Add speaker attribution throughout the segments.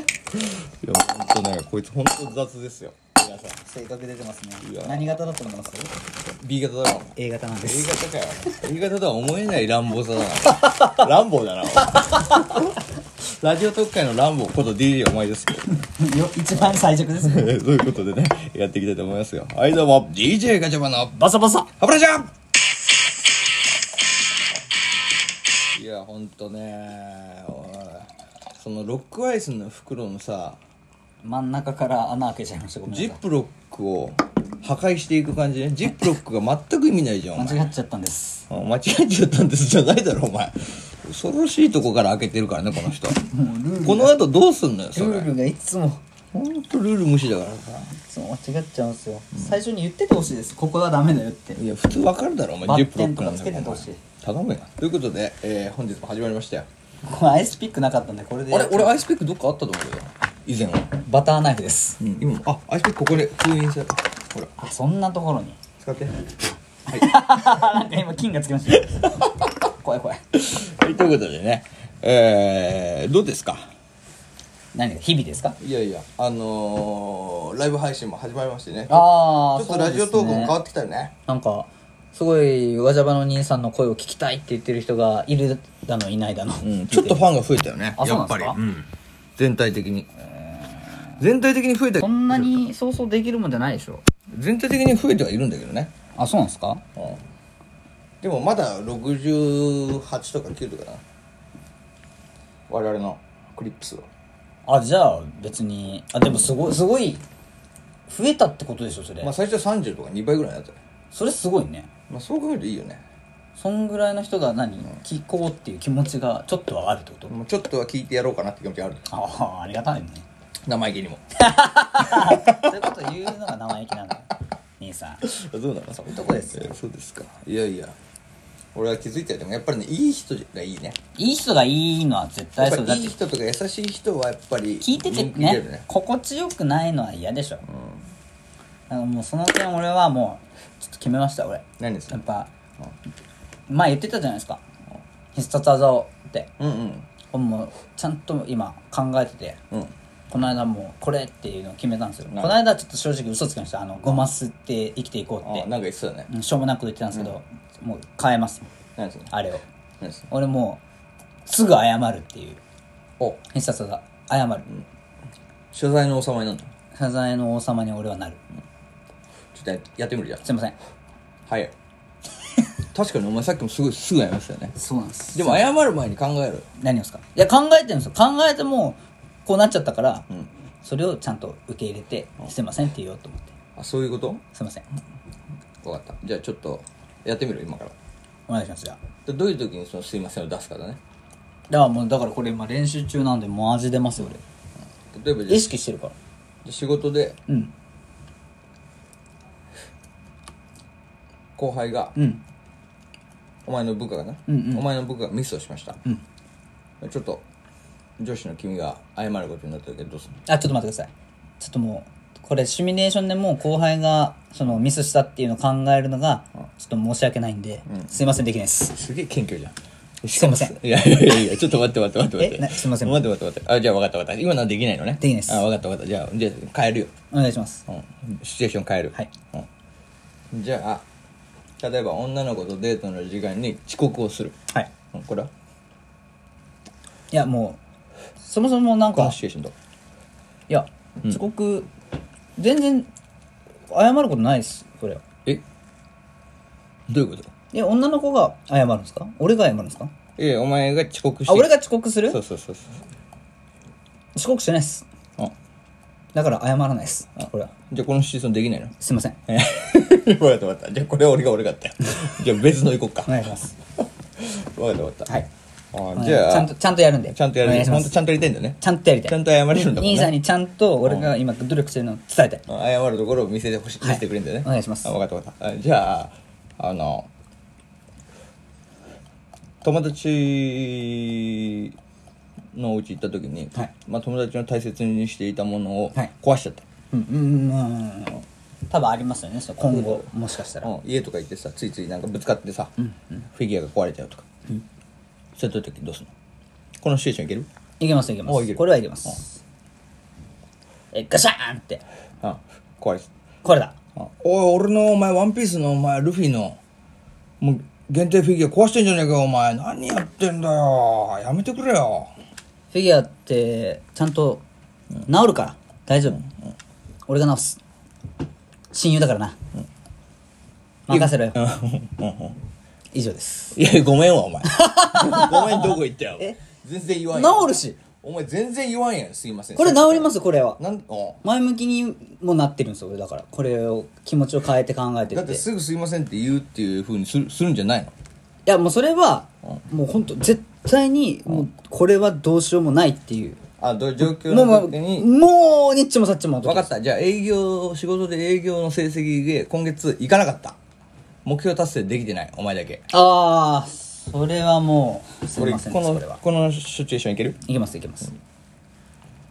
Speaker 1: いや本当なんかこいつ本当雑ですよ
Speaker 2: 皆さん性格出てます
Speaker 1: いや
Speaker 2: ね何型だと思います
Speaker 1: B 型だろ
Speaker 2: A 型なんで
Speaker 1: A
Speaker 2: す
Speaker 1: 型かよ A 型とは思えない乱暴さだな乱暴だなお前ラジオ特会の乱暴こと DJ お前ですけ ど
Speaker 2: よ一番最弱ですね
Speaker 1: ということでねやっていきたいと思いますよはいどうも DJ ガチャバの
Speaker 2: バサバサ
Speaker 1: ハブラジャンいやほんとねおいそのロックアイスの袋のさ
Speaker 2: 真ん中から穴開けちゃいましたごめんな
Speaker 1: ジッ
Speaker 2: さ
Speaker 1: プロックを破壊していく感じねジップロックが全く意味ないじゃんお前
Speaker 2: い間違っちゃったんです
Speaker 1: あ間違えちゃったんですじゃないだろお前恐ろしいとこから開けてるからねこの人この後どうすんのよそ
Speaker 2: ル
Speaker 1: れ
Speaker 2: ールがいつも
Speaker 1: ほんとルール無視だからさ
Speaker 2: いつも間違っちゃうんですよ、最初に言っててほしいですここはダメだよって
Speaker 1: いや普通わかるだろお
Speaker 2: バ
Speaker 1: 前ジッ
Speaker 2: ッ
Speaker 1: プロ
Speaker 2: テン
Speaker 1: ック
Speaker 2: と
Speaker 1: な
Speaker 2: か
Speaker 1: んだ
Speaker 2: つけ
Speaker 1: か
Speaker 2: て
Speaker 1: ら
Speaker 2: てほしい
Speaker 1: 頼むよということで、えー本日も始まりましたよ
Speaker 2: ここアイスピックなかったんでこれで
Speaker 1: あれ俺アイスピックどっかあったと思うよ以前は、
Speaker 2: バターナイフです
Speaker 1: うん、今もあアイスピックここで封印されたほら
Speaker 2: あそんなところに
Speaker 1: 使って
Speaker 2: なんか今金がつきました 怖い怖い
Speaker 1: はいということでねえー、どうですか
Speaker 2: 何が日々ですか
Speaker 1: いやいやあのー、ライブ配信も始まりましてね
Speaker 2: ああ
Speaker 1: ちょっとラジオトークも変わってきたよね
Speaker 2: なんかすごいわじゃばの兄さんの声を聞きたいって言ってる人がいるだのいないだの、
Speaker 1: うんちょっとファンが増えたよね
Speaker 2: あそう
Speaker 1: や
Speaker 2: なん
Speaker 1: っぱ
Speaker 2: です
Speaker 1: り
Speaker 2: か
Speaker 1: うん全体的に全体的に増えた
Speaker 2: そんなにそうそうできるもんじゃないでしょ
Speaker 1: 全体的に増えてはいるんだけどね
Speaker 2: あそうなんですか
Speaker 1: うんでもまだ68とか9とかな我々のクリップスは
Speaker 2: あじゃあ別にあでもすごいすごい増えたってことでしょそれ、
Speaker 1: まあ最初は30とか2倍ぐらいだったよ
Speaker 2: それすごいね
Speaker 1: まあそう考えるといいよね
Speaker 2: そんぐらいの人が何聞こうっていう気持ちがちょっとはあるってこと
Speaker 1: もうちょっとは聞いてやろうかなって気持ちある
Speaker 2: ああありがたいね
Speaker 1: 生意気にも
Speaker 2: そういうこと言うのが生意気なんだ兄さん
Speaker 1: そうなの
Speaker 2: そういうとこですよ
Speaker 1: えーそうですかいやいや俺は気づいたよでもやっぱりねいい人がいいね
Speaker 2: いい人がいいのは絶
Speaker 1: や
Speaker 2: 対
Speaker 1: っぱ
Speaker 2: そうだっ
Speaker 1: りい
Speaker 2: て
Speaker 1: い人とか優しい人はやっぱり
Speaker 2: 聞いてて
Speaker 1: 人気出
Speaker 2: ね
Speaker 1: る
Speaker 2: 心地よくないのは嫌でしょ、だからもうその点俺はもうちょっと決めました俺
Speaker 1: 何ですか
Speaker 2: やっぱ前言ってたじゃないですか必殺技をって
Speaker 1: うんうん
Speaker 2: もうちゃんと今考えてて
Speaker 1: うん
Speaker 2: この間もうこれっていうのを決めたんですよこ
Speaker 1: なるほど
Speaker 2: の間ちょっと正直嘘つきましたあのゴマ吸って生きていこう
Speaker 1: あ
Speaker 2: っ
Speaker 1: なんか言ってたよね
Speaker 2: てうんしょうもなく言ってたんですけど、もう変えます
Speaker 1: 何ですか
Speaker 2: あれを
Speaker 1: 何ですか
Speaker 2: 俺もうすぐ謝るっていう
Speaker 1: お
Speaker 2: 必殺技謝る、
Speaker 1: 謝罪の王様になるの
Speaker 2: 謝罪の王様に俺はなる、
Speaker 1: ちょっとややってみるじゃん
Speaker 2: すいません
Speaker 1: はい 確かにお前さっきもすごいすぐやりましたよね
Speaker 2: そうなんです
Speaker 1: でも謝る前に考える
Speaker 2: 何をですかいや考えてるんですよ考えてもこうなっちゃったから、それをちゃんと受け入れて「すいません」って言おうと思って
Speaker 1: あそういうこと
Speaker 2: 「すいません
Speaker 1: 分かったじゃあちょっとやってみる今から
Speaker 2: お願いします」じゃあ
Speaker 1: でどういう時にその「すいません」を出すかだね
Speaker 2: だからもうだからこれ今練習中なんでもう味出ますよ
Speaker 1: 例えばじ
Speaker 2: 俺
Speaker 1: ゃ
Speaker 2: 意識してるから
Speaker 1: あ仕事で
Speaker 2: うん
Speaker 1: 後輩が、
Speaker 2: うん
Speaker 1: お前の部下がね、
Speaker 2: うんうん
Speaker 1: お前の部下がミスをしました、ちょっと上司の君が謝ることになったけどどうするの
Speaker 2: あちょっと待ってくださいちょっともうこれシミュレーションでもう後輩がそのミスしたっていうのを考えるのがちょっと申し訳ないんで、すいませんできないです
Speaker 1: すげえ謙虚じゃん
Speaker 2: すいません
Speaker 1: いやいやいやいやちょっと待って待って待って待って
Speaker 2: えなすいません
Speaker 1: 待って待って待ってあじゃあ分かった分かった今のはできないのね
Speaker 2: できないです
Speaker 1: あ分かった分かったじゃあじゃあ変えるよ、
Speaker 2: お願いします
Speaker 1: うん、シチュエーション変える
Speaker 2: はい、
Speaker 1: うん、じゃあ例えば女の子とデートの時間に遅刻をする、
Speaker 2: はい
Speaker 1: うん、これはい
Speaker 2: やもうそもそもなん
Speaker 1: こ
Speaker 2: か
Speaker 1: のシチュエーションと
Speaker 2: いや、遅刻、全然、謝ることないです、これ。
Speaker 1: えどういうこと
Speaker 2: え、女の子が謝るんですか俺が謝るんですか
Speaker 1: えお前が遅刻して
Speaker 2: あ、俺が遅刻する
Speaker 1: そうそうそうそう
Speaker 2: 遅刻してないです。
Speaker 1: あ
Speaker 2: だから謝らないです。これは。
Speaker 1: じゃあこのシチュエーションできないの
Speaker 2: すいません。
Speaker 1: え 分かった分かったじゃあこれは俺が俺がったよじゃあ別の行こうか
Speaker 2: お願いします。
Speaker 1: 分かった分かった
Speaker 2: はい。
Speaker 1: あじゃあ
Speaker 2: ちゃんと、ちゃんとやるんで。
Speaker 1: ちゃんとや
Speaker 2: お
Speaker 1: る
Speaker 2: 願いしま
Speaker 1: 本当
Speaker 2: す。
Speaker 1: ちゃんとやりたいんだね
Speaker 2: ちゃんとやりたい。
Speaker 1: ちゃんと謝れるんだもんね
Speaker 2: 兄さんにちゃんと俺が今努力してるのを伝えたい。
Speaker 1: 謝るところを見せてほしい見せてくれるんだよね、
Speaker 2: お願いします
Speaker 1: あ分かった分かったあじゃああの友達のお家行った時に、
Speaker 2: はい
Speaker 1: まあ、友達の大切にしていたものを
Speaker 2: はい
Speaker 1: 壊しちゃった、
Speaker 2: うん、うん、うんうん、うん。多分ありますよね、その今後、もしかしたら。
Speaker 1: うん家とか行ってさついついなんかぶつかってさ、フィギュアが壊れちゃうとか、そういう時どうすんのこのシチュエーションいける
Speaker 2: いけます、いけま
Speaker 1: おいけ
Speaker 2: す。
Speaker 1: る
Speaker 2: これはいけます。えガシャーンって
Speaker 1: あ怖いです
Speaker 2: これだ
Speaker 1: あおい俺のお前ワンピースのお前ルフィのもう限定フィギュア壊してんじゃねえかよお前何やってんだよやめてくれよ
Speaker 2: フィギュアってちゃんと治るから、大丈夫、俺が治す親友だからな、任せろよ以上です
Speaker 1: いやごめんわお前 ごめんどこ行ったよ全然言わん
Speaker 2: 治
Speaker 1: やん
Speaker 2: るし
Speaker 1: お前全然言わんやんすいません
Speaker 2: これ治りますこれは
Speaker 1: なんお
Speaker 2: 前向きにもなってるんですよ俺だからこれを気持ちを変えて考えて
Speaker 1: だ
Speaker 2: っ
Speaker 1: って
Speaker 2: てい
Speaker 1: すぐすいませんって言うっていうふうにするするんじゃないの
Speaker 2: やもうそれはもう本当絶対にもうこれはどうしようもないっていう
Speaker 1: あどういう状況
Speaker 2: もうも
Speaker 1: の
Speaker 2: う
Speaker 1: 時に
Speaker 2: もうにっちもさっちもの時
Speaker 1: 分かったじゃあ営業仕事で営業の成績で今月行かなかった目標達成できてないお前だけ
Speaker 2: ああそれはもうす
Speaker 1: こ
Speaker 2: み
Speaker 1: れ
Speaker 2: ません
Speaker 1: この
Speaker 2: それは
Speaker 1: このシチュエーションいける
Speaker 2: いけますいけます、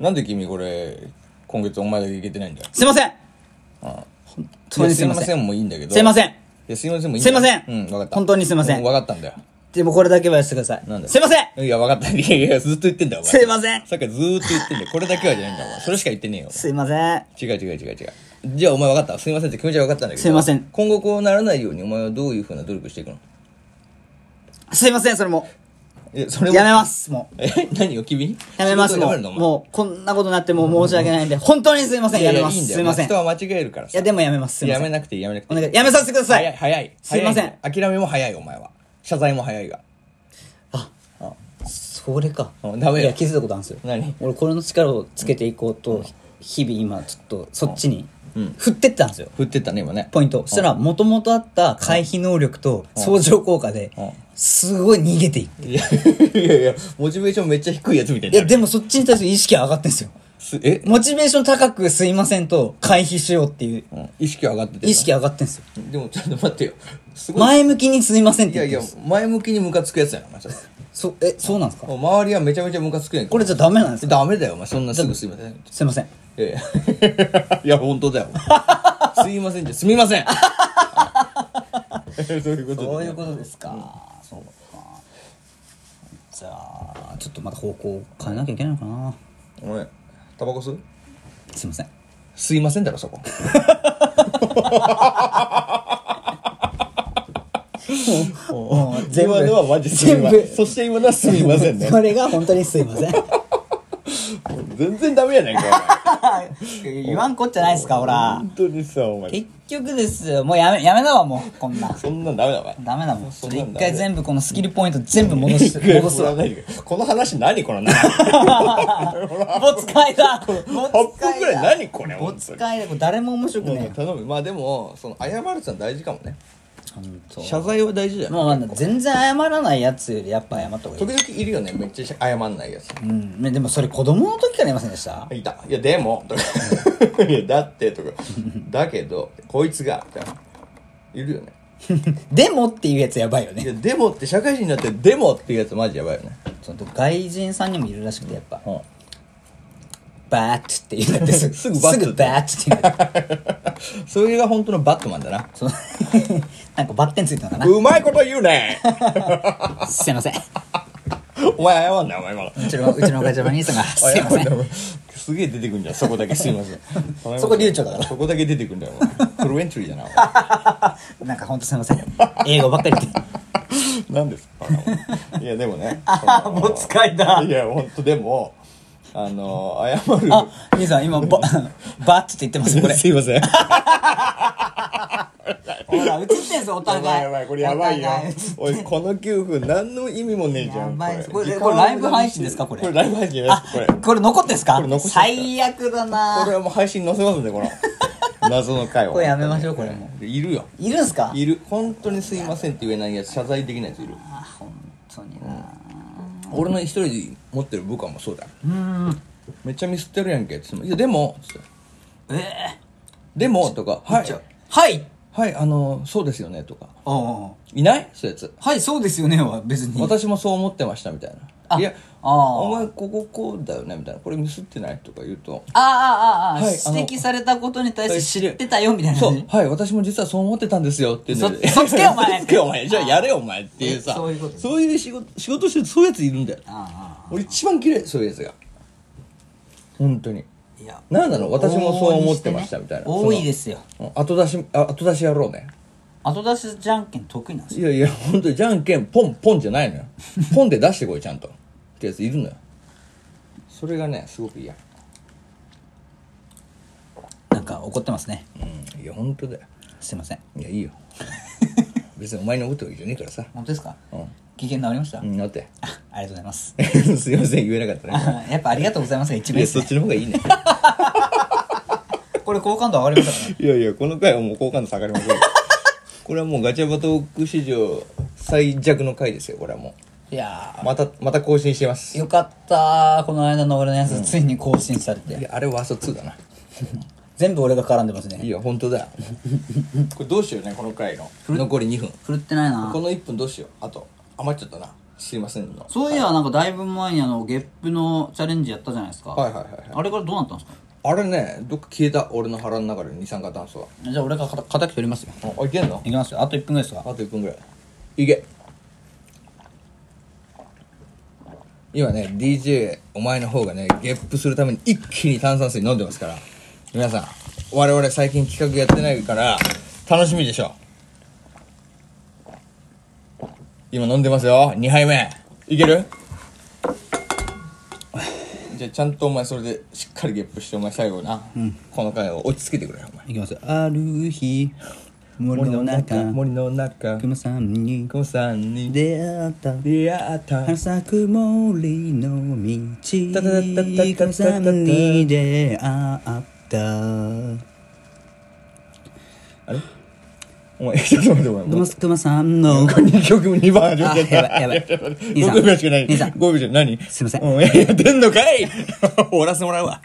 Speaker 1: なんで君これ今月お前だけ行けてないんだよ
Speaker 2: すいません
Speaker 1: 本
Speaker 2: 当にすいません
Speaker 1: すいませんもいいんだけど
Speaker 2: すいません
Speaker 1: いやすいませんもいい
Speaker 2: すいません
Speaker 1: うん分かった
Speaker 2: 本当にすいません
Speaker 1: う分かったんだよ
Speaker 2: でもこれだけはやらせてください
Speaker 1: なんだ
Speaker 2: すいません
Speaker 1: いや分かったい やいやずっと言ってんだよお前
Speaker 2: すいません
Speaker 1: さっきからずーっと言ってんだよこれだけはじゃないんだよお前それしか言ってねえよ
Speaker 2: すいません
Speaker 1: 違う違う違う違うじゃあお前分かったすいませんって気持ちは分かったんだけど
Speaker 2: すいません
Speaker 1: 今後こうならないようにお前はどういうふうな努力していくの
Speaker 2: すいませんそれも
Speaker 1: えそれも
Speaker 2: やめますもう
Speaker 1: え何を君に
Speaker 2: やめます
Speaker 1: 仕事
Speaker 2: も
Speaker 1: を
Speaker 2: う
Speaker 1: るのお前
Speaker 2: もうこんなことになってもう申し訳ないんで本当にすいません
Speaker 1: いや
Speaker 2: や
Speaker 1: い
Speaker 2: め
Speaker 1: や
Speaker 2: ま
Speaker 1: いい
Speaker 2: す
Speaker 1: んだよ
Speaker 2: すいませんい
Speaker 1: 人は間違えるからさ
Speaker 2: やでもやめますすいま
Speaker 1: や
Speaker 2: せ
Speaker 1: め
Speaker 2: ん
Speaker 1: なくていいやめなくて
Speaker 2: お
Speaker 1: いい
Speaker 2: 願いやめさせてくださ
Speaker 1: 早い
Speaker 2: い
Speaker 1: 早い
Speaker 2: すいません
Speaker 1: 早諦めも早いお前は謝罪も早いが
Speaker 2: あ
Speaker 1: あ
Speaker 2: それか
Speaker 1: うんダメよ
Speaker 2: いや気づいたことあるんですよ
Speaker 1: 何
Speaker 2: 俺これの力をつけていこうと日々今ちょっとそっちに
Speaker 1: うん
Speaker 2: 振ってったんですよ
Speaker 1: 振ってったね今ね
Speaker 2: ポイントそしたらもともとあった回避能力と相乗効果で
Speaker 1: うん
Speaker 2: すごい逃げていって
Speaker 1: いやいやいやモチベーションめっちゃ低いやつみたい
Speaker 2: い
Speaker 1: にな
Speaker 2: や
Speaker 1: る
Speaker 2: でもそっちに対する意識は上がってんですよ
Speaker 1: すえ、
Speaker 2: モチベーション高くすいませんと回避しようっていう
Speaker 1: うん意識上がってて
Speaker 2: 意識上がってんですよ
Speaker 1: でもちょっと待ってよすごい
Speaker 2: 前向きにすいませんっ
Speaker 1: い
Speaker 2: て言
Speaker 1: や
Speaker 2: っ
Speaker 1: い
Speaker 2: て
Speaker 1: や
Speaker 2: ます
Speaker 1: 前向きにムカつくやつやなお前それ
Speaker 2: そえそうなんですか
Speaker 1: 周りはめちゃめちゃムカつくやんけ
Speaker 2: これじゃダメなんですか
Speaker 1: ダメだよお前そんなすぐすいません
Speaker 2: すいません
Speaker 1: いやいや いや本当だよすいませんじゃすみません そういうこと
Speaker 2: そういうことですか、そうかじゃあちょっとまた方向を変えなきゃいけないのかな
Speaker 1: お前タバコ吸う
Speaker 2: すいません
Speaker 1: すいませんだろそこ
Speaker 2: もう全部
Speaker 1: 今のはマジすみ
Speaker 2: 全
Speaker 1: ま
Speaker 2: 部
Speaker 1: せんそして今のはすみませんね
Speaker 2: それが本当にすいません
Speaker 1: 全然ダメやない か
Speaker 2: 言わんこっちゃないですかほ
Speaker 1: お前
Speaker 2: ら
Speaker 1: 本当にさお前
Speaker 2: 結局ですよもうやめやめだわもうこんな
Speaker 1: そんなんダメだお前
Speaker 2: ダメだもん
Speaker 1: そ
Speaker 2: そ
Speaker 1: ん
Speaker 2: れ
Speaker 1: なん
Speaker 2: 一
Speaker 1: ダメ
Speaker 2: 回全部このスキルポイント全部 戻し戻すわ
Speaker 1: 振らないでくれこの話何このな
Speaker 2: ボツ会だボ
Speaker 1: 8分ぐらい何これ
Speaker 2: ボ
Speaker 1: 本当
Speaker 2: ツ
Speaker 1: に
Speaker 2: 会だこれ誰も面白く ね
Speaker 1: 頼むまあでもその謝るってのは大事かもね
Speaker 2: え
Speaker 1: 謝罪は大事だよ、
Speaker 2: まあまあ全然謝らないやつよりやっぱ謝った方がいい
Speaker 1: 時々いるよねめっちゃ謝んないやつ
Speaker 2: うんねでもそれ子供の時からいませんでした
Speaker 1: いたいやでもとか いやだってとかだけどこいつがみたいないるよね
Speaker 2: でもっていうやつやばいよ
Speaker 1: い
Speaker 2: ね
Speaker 1: やでもって社会人になってでもっていうやつマジやばいよね
Speaker 2: ちょっと外人さんにもいるらしくてやっぱ
Speaker 1: うん
Speaker 2: バーッって言うんだってす
Speaker 1: すぐバッ
Speaker 2: すぐバーッって言うんだって
Speaker 1: それが本当のバットマンだな
Speaker 2: その なんかバッテンついたのか
Speaker 1: うまいこと言う ね
Speaker 2: なすいませんう
Speaker 1: お前謝んなお前今の
Speaker 2: ちのうちのガチャバ兄さんがすいません
Speaker 1: 謝んなお前すげえ出てくんじゃんそこだけすいません
Speaker 2: そこ流暢だから
Speaker 1: そこだけ出てくんだよお前フルエントリーだなお前
Speaker 2: なんかほんとすいません英語ばっかり言って
Speaker 1: 何ですかいやでもね
Speaker 2: あもう使いだ
Speaker 1: いや本当でもあの謝る
Speaker 2: あ兄さん今ババッって言ってますよ これ
Speaker 1: すいません
Speaker 2: ほら映ってんすよ
Speaker 1: や
Speaker 2: お
Speaker 1: ば
Speaker 2: 互
Speaker 1: い
Speaker 2: い
Speaker 1: やばいこれやばいよ
Speaker 2: お互映って
Speaker 1: おいこの9分何の意味もねえじゃん
Speaker 2: やばいこれ
Speaker 1: 時間
Speaker 2: これライブ配信ですかこれ
Speaker 1: これライブ配信です
Speaker 2: あ
Speaker 1: これ
Speaker 2: これ残ってんすか
Speaker 1: これ残してんすか
Speaker 2: 最悪だな
Speaker 1: これはもう配信載せますんでこ の謎の回を
Speaker 2: これやめましょうこれも
Speaker 1: いるよ
Speaker 2: いるんすか
Speaker 1: いる本当にすいませんって言えないやつ謝罪できないやついる
Speaker 2: あ本当にな
Speaker 1: 俺の一人で持ってる部下もそうだよめっちゃミスってるやんけっつってもいやでもつって
Speaker 2: ええ
Speaker 1: でもとかはい
Speaker 2: はい
Speaker 1: はいあのそうですよねとか
Speaker 2: おうおう
Speaker 1: いないそういうやつ
Speaker 2: はいそうですよねは別に
Speaker 1: 私もそう思ってましたみたいな「
Speaker 2: あ
Speaker 1: いや
Speaker 2: あー
Speaker 1: お前こここうだよね」みたいな「これミスってない?」とか言うと
Speaker 2: ああああああ、
Speaker 1: はいあの
Speaker 2: 指摘されたことに対して知ってたよみたいな
Speaker 1: そ
Speaker 2: 感
Speaker 1: う
Speaker 2: じ、
Speaker 1: はい、私も実はそう思ってたんですよっていうので。
Speaker 2: そそっちかよお前
Speaker 1: そっちかよお前。じゃあやれよ、お前っていうさ。
Speaker 2: そういうこと
Speaker 1: そういう仕事、仕事してるそういうやついるんだよ。
Speaker 2: ああああ
Speaker 1: 俺一番嫌い、そういうやつが。本当に。
Speaker 2: いや
Speaker 1: なんなの私もそう思ってましたみたいな
Speaker 2: 多いですよ
Speaker 1: うん後出しあ後出しやろうね
Speaker 2: 後出しじゃんけん得意なんですよ
Speaker 1: いやいや 本当にじゃんけんポンポンじゃ ないのよポンで出してこいちゃんとってやついるのよそれがねすごく嫌
Speaker 2: なんか怒ってますね
Speaker 1: うんいや本当だよ
Speaker 2: すいません
Speaker 1: いや いいよ別にお前に怒ってるわけじゃねえからさ
Speaker 2: 本当ですか
Speaker 1: うん
Speaker 2: 機嫌治りました、
Speaker 1: うんだって
Speaker 2: あありがとうございます
Speaker 1: すいません言えなかったね
Speaker 2: あやっぱありがとうございますが一
Speaker 1: い
Speaker 2: 番いい
Speaker 1: や
Speaker 2: です
Speaker 1: そっ
Speaker 2: ね
Speaker 1: ちの方がいい ね
Speaker 2: これ好感度上がりましたか
Speaker 1: いやいやこの回はもう好感度下がりませんよこれはもうガチャバトーク史上最弱の回ですよこれはも
Speaker 2: らいや
Speaker 1: うまたまた更新してます
Speaker 2: ーよかったこの間の俺のやつ、ついに更新され
Speaker 1: い
Speaker 2: て
Speaker 1: やあれワースト2だな
Speaker 2: 全部俺が絡んでますね
Speaker 1: いや本当だ これどうしようねこの回の残り2分
Speaker 2: 振るってないな
Speaker 1: この1分どうしようあと余っちゃったなすいませんの
Speaker 2: そういやなんかだいぶ前にあのゲップのチャレンジやったじゃないですか、
Speaker 1: はいはいはいはい
Speaker 2: あれからどうなったんですか
Speaker 1: あれねどっか消えた俺の腹の中で二酸化炭素は
Speaker 2: じゃあ俺が敵取りますよ
Speaker 1: あいけんの
Speaker 2: いきますよあと1分ぐらいですか
Speaker 1: あと1分ぐらいいけ今ね DJ お前の方がねゲップするために一気に炭酸水飲んでますから皆さん我々最近企画やってないから楽しみでしょ今飲んでますよ2杯目いけるじゃあちゃんとお前それでしっかりゲップしてお前最後な、この回を落ち着けてくれよお前
Speaker 2: いきますよある日森の中
Speaker 1: 森の中
Speaker 2: 熊さんに
Speaker 1: コさんに
Speaker 2: 出会った
Speaker 1: 出会った
Speaker 2: 春咲く森の
Speaker 1: たたたたたた
Speaker 2: 道熊さんに出会った
Speaker 1: あれお前、ちょっと待って、お前。もう
Speaker 2: 熊熊さんの
Speaker 1: 2曲も2番始めちゃった。
Speaker 2: あやばいやばい兄さん
Speaker 1: 6秒しかない。
Speaker 2: 兄さん
Speaker 1: 5秒じゃない。何
Speaker 2: すいません
Speaker 1: お前やってんのかい 終わらせてもらうわ。